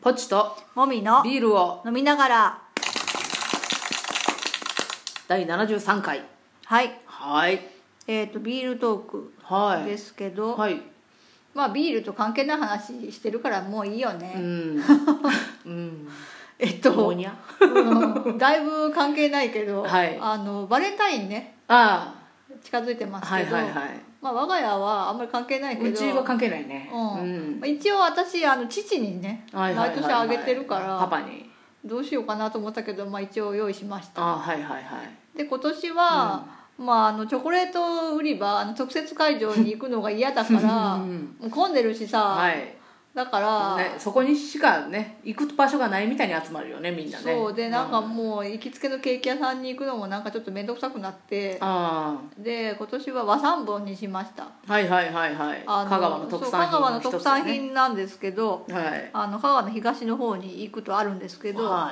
ポチともみのビールを飲みながら第73回はいはいえっ、とビールトークはいですけど、はいまあビールと関係ない話してるからもういいよね、うんうん えっどうと、にゃうんだいぶ関係ないけ ど、はいあのバレンタインねあ近づいてまあすはけいど、はいはまあ、我が家はあんまり関係ないけいどうちは関係ないねうんうんまあ一応私あの父にね、はいはいはいはい毎年あげてるからパパにどうしようかなと思ったけど、まあ、一応用意しましたああはいはいはいで今年は、まあ、あのチョコレート売り場あの特設会場に行くのが嫌だからうんもう混んでるしさ、はいだから、ね、そこにしかね行く場所がないみたいに集まるよねみんなねそうでなんかあもう行きつけのケーキ屋さんに行くのもなんかちょっと面倒くさくなってあで今年は和三本にしましたはいはいはいはいあ香川の特そう産香川の品の特一つだ産ね品なんですけど、はいあの香川の東の方に行くとあるんですけど、は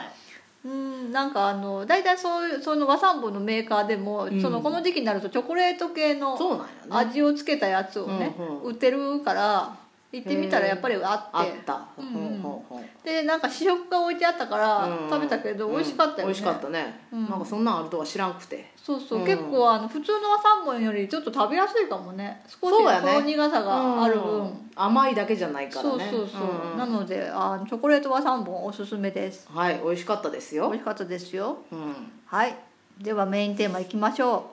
いうんなんかあの大体そういうその和三本のメーカーでも、うんそのこの時期になるとチョコレート系のそうなんやね味をつけたやつをね、うんうん売ってるから行ってみたらやっぱりああっってたうんほうんうほうほうでなんか試食が置いてあったからうん食べたけど美味しかったよね、うん美味しかったね、うんなんかそんなんあるとは知らんくてそうそう、うん結構あの普通の和三本よりちょっと食べやすいかもね少しそうやねほろ苦さがある分、うん甘いだけじゃないからそうねそうそう、んんなのであのチョコレート和三本おすすめですはい美味しかったです美よ味、しかったですようん、はいではメインテーマいきましょ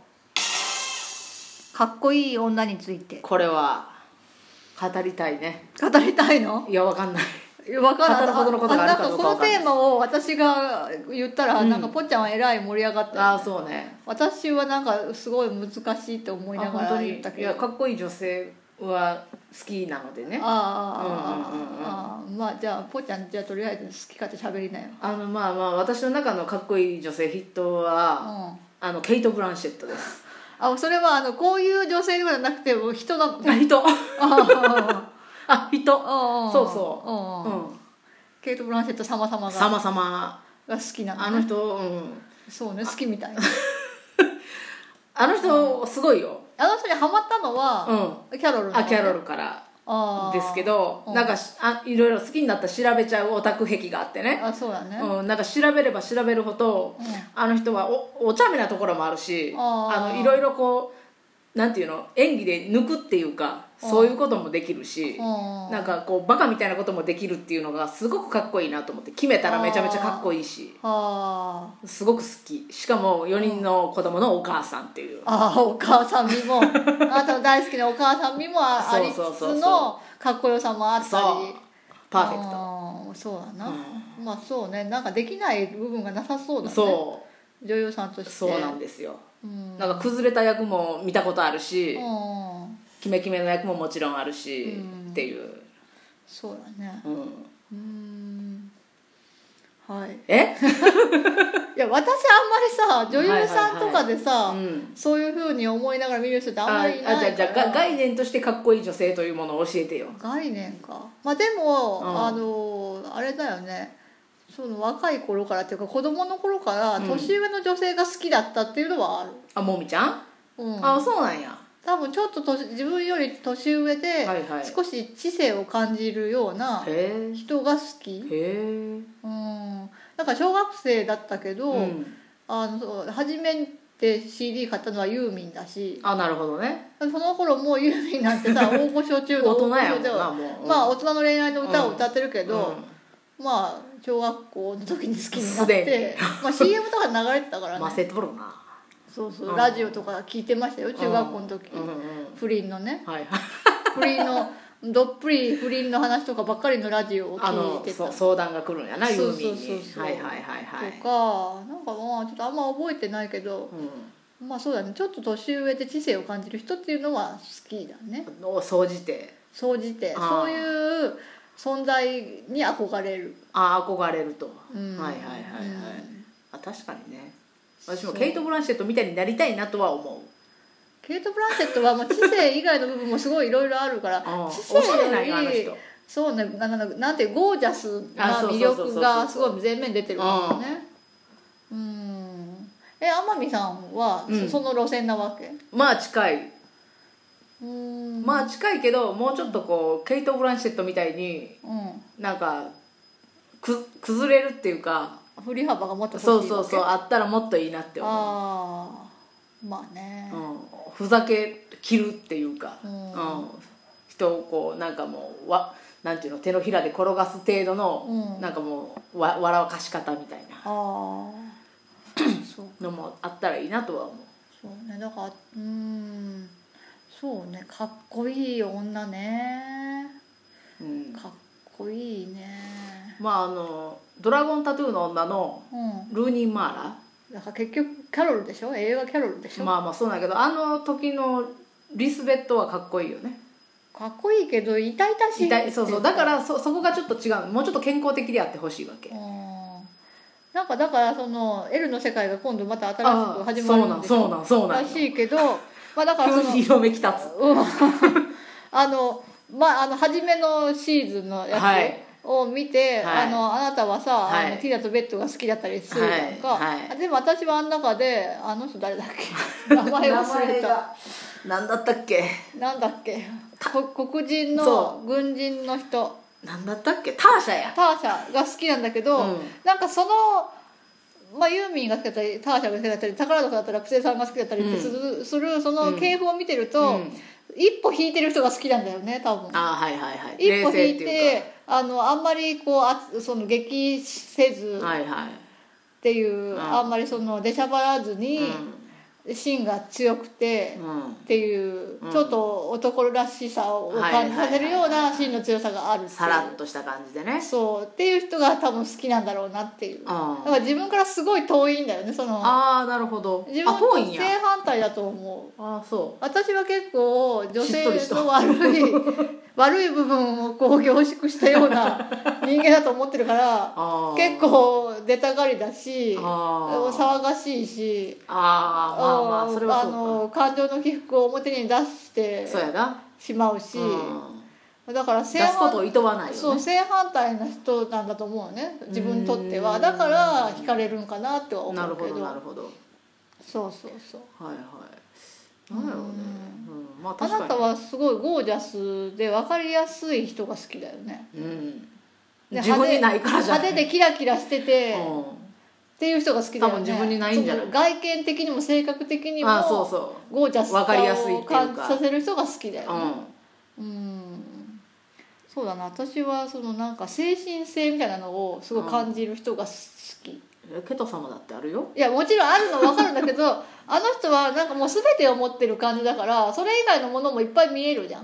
うかっこいい女についてこれは語りたいね語りたいのいやわか んないいやわから語るほどのことがあるかどうかなわんかんかこなのいテーマを私が言ったら、うんなんかぽっちゃんはえらい盛り上がったよああそうね私はなんかすごい難しいと思いながあ本ら当に言ったけいどやかっこいい女性は好きなのでねあーあーあーあーまあじゃあぽっちゃんじゃあとりあえず好き勝手喋りなよあのまあまあ私の中のかっこいい女性筆頭うは、んあのケイト・ブランシェットですあそれはあのこういう女性ではなくてもう 人のあ人ああ人あそうそうんううんんケイト・ブランシェット様々が様々が好きなのあの人うんそうね好きみたいなあの人すごいよ、あの人にハマったのうは、ん、キャロルのあキャロルからあーですけどうんなんかしあいろいろ好きになったら調べちゃうオタク癖があってね、あそうだね、うん、なんか調べれば調べるほど、うんあの人はおお茶目なところもあるしあーあのいろいろこうなんていうの演技で抜くっていうかうんそういうこともできるしうんなんかこうバカみたいなこともできるっていうのがすごくかっこいいなと思って決めたらめちゃめちゃかっこいいしあすごく好きしかも4人の子供のお母さんっていうーあーお母さんみ もあなたの大好きなお母さんみもああそうりつそうそうつそのかっこよさもあったりそうパーフェクトあーそうだな、まあそうねなんかできない部分がなさそうだねそ女優さんとしうてそうなんですようんなんか崩れた役も見たことあるしうんキメキメの役ももちろんあるしうんっていう、そうだねうん、うーん はいえ、いや私あんまりさ女優さんとかでさ、うんそういうふうに思いながら見る人ってあんまりいあじなゃあいじかゃあらが概念としてかっこいい女性というものを教えてよ概念かまあでも、うんあのあれだよねその若い頃からっていうか子供の頃からうん年上の女性が好きだったっていうのはある、あもみちゃん、うんあそうなんや多分ちょっと年自分より年上ではいはい少し知性を感じるようなへ人が好きえへえうんだから小学生だったけど、うん、あのそう初めて CD 買ったのはユーミンだしあなるほどねその頃もうユーミンなん てさ大御所中大の大人御や所もんでなはもう、うんまあ大人の恋愛の歌を歌ってるけど、まあ小学校の時に好きになっすでて、まあ、CM とか流れてたかうらん、まあねセットボールなそうそう、うんラジオとか聞いてましたよ中学校の時、うんうん不倫のねはいはい不倫のどっぷり不倫の話とかばっかりのラジオをあ聞いのてたそとか相談が来るんやなユそうーそうミンそうにそうはいはいはいはい、なんかまあちょっとあんま覚えてないけどうまあそうだねちょっと年上で知性を感じる人っていうのは好きだねん、を総じて総じてあーそういう存在に憧れるあ憧れると、うんはいはいはいはい、うんあ確かにね私そもうケイト・ブランシェットみたいになりたいなとは思うケイト・ブランシェットはもう知性以外の部分もすごいいろいろあるからあ知ー性おしゃれなんやあよのり人そうねななななんていうゴージャスな魅あそうそうそうそう力そうがすごい前面に出てるからねうんえ天海さんはうんそその路線なわけまあ近いうんまあ近いけどもうちょっとこうケイト・ブランシェットみたいにうんなんかく崩れるっていうか振り幅がもっと欲しいそわうけそうそうあったらもっといいなって思ああまあねう、うん、ふざけ切るっていうか、うん人をこうなんかもうわなんていうの手のひらで転がす程度の、うんなんかもうわ笑わかし方みたいなああそうのもあったらいいなとは思うそうねだからうーんそうねかっこいい女ね、うん、かっこいいねまああの「ドラゴンタトゥーの女」のうんルーニー・マーラだから結局キャロルでしょ映画キャロルでしょ、まあまあそうなんだけどあの時のリスベットはかっこいいよねかっこいいけど痛々しい痛いそうそうっていだからそそこがちょっと違うもうちょっと健康的であってほしいわけううんなんかだからその L の世界が今度また新しくああ始まそうるなんんでしょそうなんそうなんらしいけどまあだからそ急のに色めき立つうんあのまああの初めのシーズンのやつはいを見て、はいあのあなたはさ、はいあのティナとベッドが好きだったりするやんか、はいはいあでも私はあの中であの人誰だっ け名前忘れた何だったっけなんだっけこ黒人その軍人の人何だったっけターシャやターシャが好きなんだけど、うんなんかその、まあ、ユーミンが好きだったりターシャが好きだったり宝塚だったら布施さんが好きだったりってする,、するその系譜を見てると、うん一歩引いてる人が好きなんだよね多分。ああはいはいはい一冷歩静引っいてていうあのあんまりこうあその激せずかっはいはいていう、うんあんまりその出しゃばらずに、芯が強くて、うんうんっていう、うんちょっと男らしさを感じさせるような芯の強さがあるっていうさらっとした感じでねそうっていう人が多分好きなんだろうなっていうだかあら自分からすごい遠いんだよねそのあーなるほど自あ分遠といん正や反対だと思うああそ私は結構女しっとりした性の悪い 悪い部分をこう凝縮したよう な人間だと思ってるかうらああ結構出たがりだしあー騒がしいしああまあまあそれはあそうの感情の起伏を表に出してかそうやなしまうしうんだから出正すことを反いとわないそようね正反対な人なんだと思うね自分にとってうはんだから惹かれるんかなっては思うけなるどほどなるほどそうそうそうはいはいなんやろうねうんまああ確かになたはすごいゴージャスで分かりやすい人が好きだよねうんで自分にないからじゃない派手でキラキラしてて、っうていう人が好きだよね多分自分にないんじゃないその外見的にも性格的にんもあそうそゴージャスさわかりやすいっていをうか感じさせる人が好きだううよねんうんそうだな私はそのなんか精神性みたいなのをすごい感じる人が好き、えケト様だってあるよいやもちろんあるの分かるんだ けどあの人はなんかもう全てを持ってる感じだからそれ以外のものもいっぱい見えるじゃん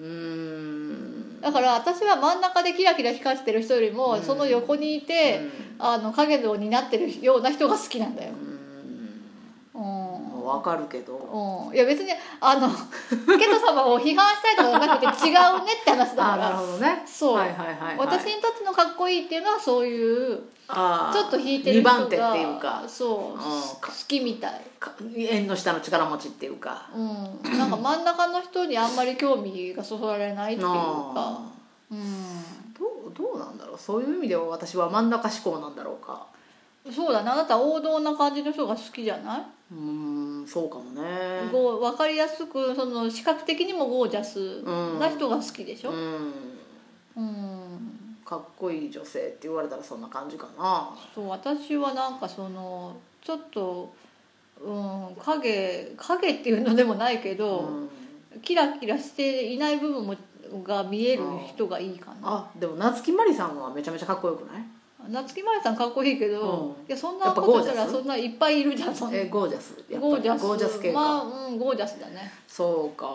うーんだから私は真ん中でキラキラ光ってる人よりも、うんその横にいて、あの影を担ってるような人が好きなんだよう、んうんうんわかるけどうん、いや別にあ のケト様を批判したいとかじゃなくて違うねって話だあーかなるらほどねそうはいはいはいはい私にとってのかっこいいっていうのはそういうあーちょっと引いて二る人が番手っていうかそう、ん好きみたい、か縁の下の力持ちっていうかうん、なんか真ん中の人にあんまり興味がそそられないっていうか、あうん、ーどうどうなんだろうそういう意味では私は真ん中志向なんだろうかそうだなあなた王道な感じの人が好きじゃないうーんそうかもねご分かりやすくその視覚的にもゴージャスな人が好きでしょ、うんうんかっこいい女性って言われたらそんな感じかなそう私はなんかそのちょっと、うん、影影っていうのでもないけど、うんキラキラしていない部分もが見える人がいいかな、あでも夏木マリさんはめちゃめちゃかっこよくない夏木マリさんかっこいいけど、うんいやそんなことしたやっぱゴージャらスそんないっぱいいるじゃんそんなえゴージャスやっぱりゴージャスゴージャス系か、まあうんゴージャスだねそうか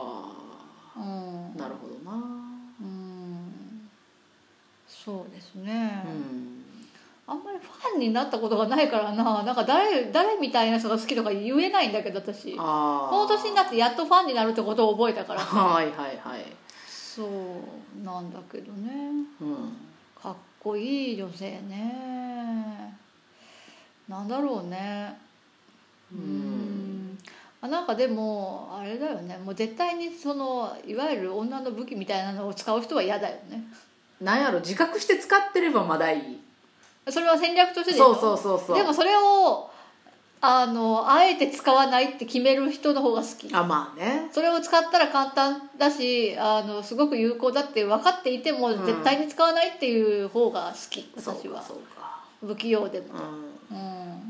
うんなるほどなうんそうですね、うんあんまりファンになったことがないからななんか誰誰みたいな人が好きとか言えないんだけど私こああの年になってやっとファンになるってことを覚えた からはいはいはいそうなんだけどねうんかっこいい女性ねなんだろうねううんんあなんかでもあれだよねもう絶対にそのいわゆる女の武器みたいなのを使う人は嫌だよねなんやろ自覚して使ってればまだいいそれは戦略としてでしそょうそうそうそうでもそれをあのあえて使わないって決める人の方が好きあまあねそれを使ったら簡単だしあのすごく有効だって分かっていてもん絶対に使わないっていう方が好き私はそうか不器用でもそうかうんうん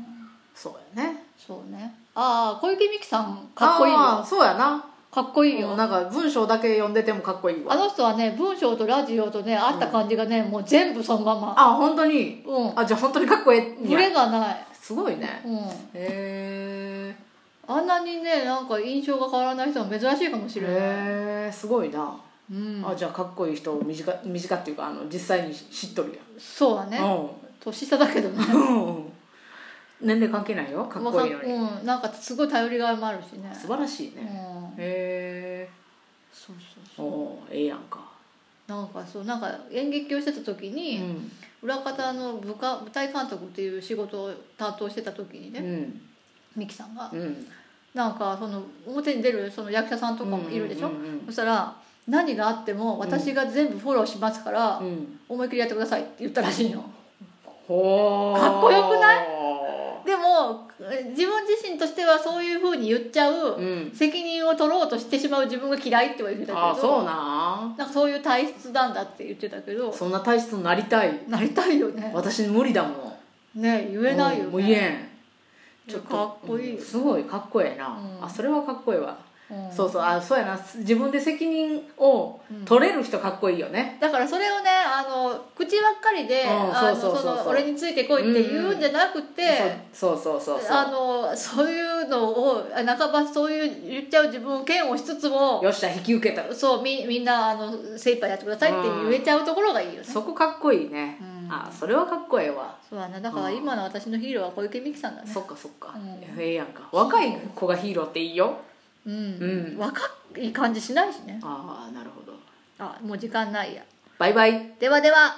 そうやねそうねああ小池美樹さんかっこいいあーよそうやなかっこいいもようなんか文章だけ読んでてもかっこいいわあの人はね文章とラジオとねあった感じがね、もう全部そのままあ本当にうあじゃあ本当にかっこええんんブやレがないすごいねうんへあんなにねなんか印象が変わらない人も珍しいかもしえれない、へえすごいな、うん、あじゃあかっこいい人を身近身近っていうかあの実際に知っとるそうだやねん、年下だけどねうん年齢関係ないよかっこいいのに、 まあかうん、なんかすごい頼りがいもあるしね素晴らしいうんね、へえそうそうそおおええやんか、うなんかそうなんか演劇をしてた時うに、ん裏方の部下舞台監督っていう仕事を担当してた時にうねんミキさんがうん、なんかその表に出るその役者さんとかもいるでしょ、うんうんうんそしたら何があっても私が全部フォローしますから、うんうん、思いっきりやってくださいって言ったらしいのほーかっこよくないでも自分自身としてはそういうふうに言っちゃう、うん責任を取ろうとしてしまう自分が嫌いっては言ってたけどあそうなんなんかそういう体質なんだって言ってたけどそんな体質になりたいなりたいよね私無理だもんね言えないうんよねもう言えんちょっとかっこいいよ、すごいかっこええな、うんあそれはかっこいいわ、うんそうそうあそうやな自分で責任を取れる人かっこいいよね、だからそれをねあの口ばっかりでうんあのそうそうそうそうその俺についてこいって言うんじゃなくて、そうそうそうそうそうあのそういうのをあ半ばそういう言っちゃう自分を嫌悪しつつもよっしゃ引き受けたそうみみんなあの精一杯やってくださいって言えちゃうところがいいよね、そこかっこいいね、うんあそれはかっこええわ、そうだねだから今の私のヒーローは小池美樹さんだねそっかそっか、うんええやんか若い子がヒーローっていいよううん、ん若い感じしないしねああなるほどあもう時間ないやバイバイではでは